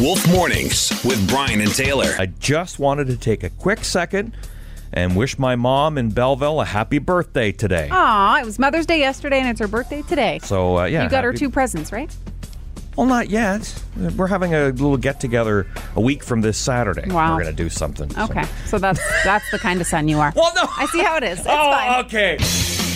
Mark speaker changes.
Speaker 1: Wolf Mornings with Brian and Taylor.
Speaker 2: I just wanted to take a quick second and wish my mom in Belleville a happy birthday today.
Speaker 3: Aw, it was Mother's Day yesterday, and it's her birthday today.
Speaker 2: So uh, yeah,
Speaker 3: you got her
Speaker 2: happy-
Speaker 3: two presents, right?
Speaker 2: Well, not yet. We're having a little get together a week from this Saturday.
Speaker 3: Wow.
Speaker 2: We're gonna do something. so-
Speaker 3: Okay, so that's that's the kind of son you are.
Speaker 2: Well, no.
Speaker 3: I see how it is. It's
Speaker 2: oh,
Speaker 3: fine.
Speaker 2: okay.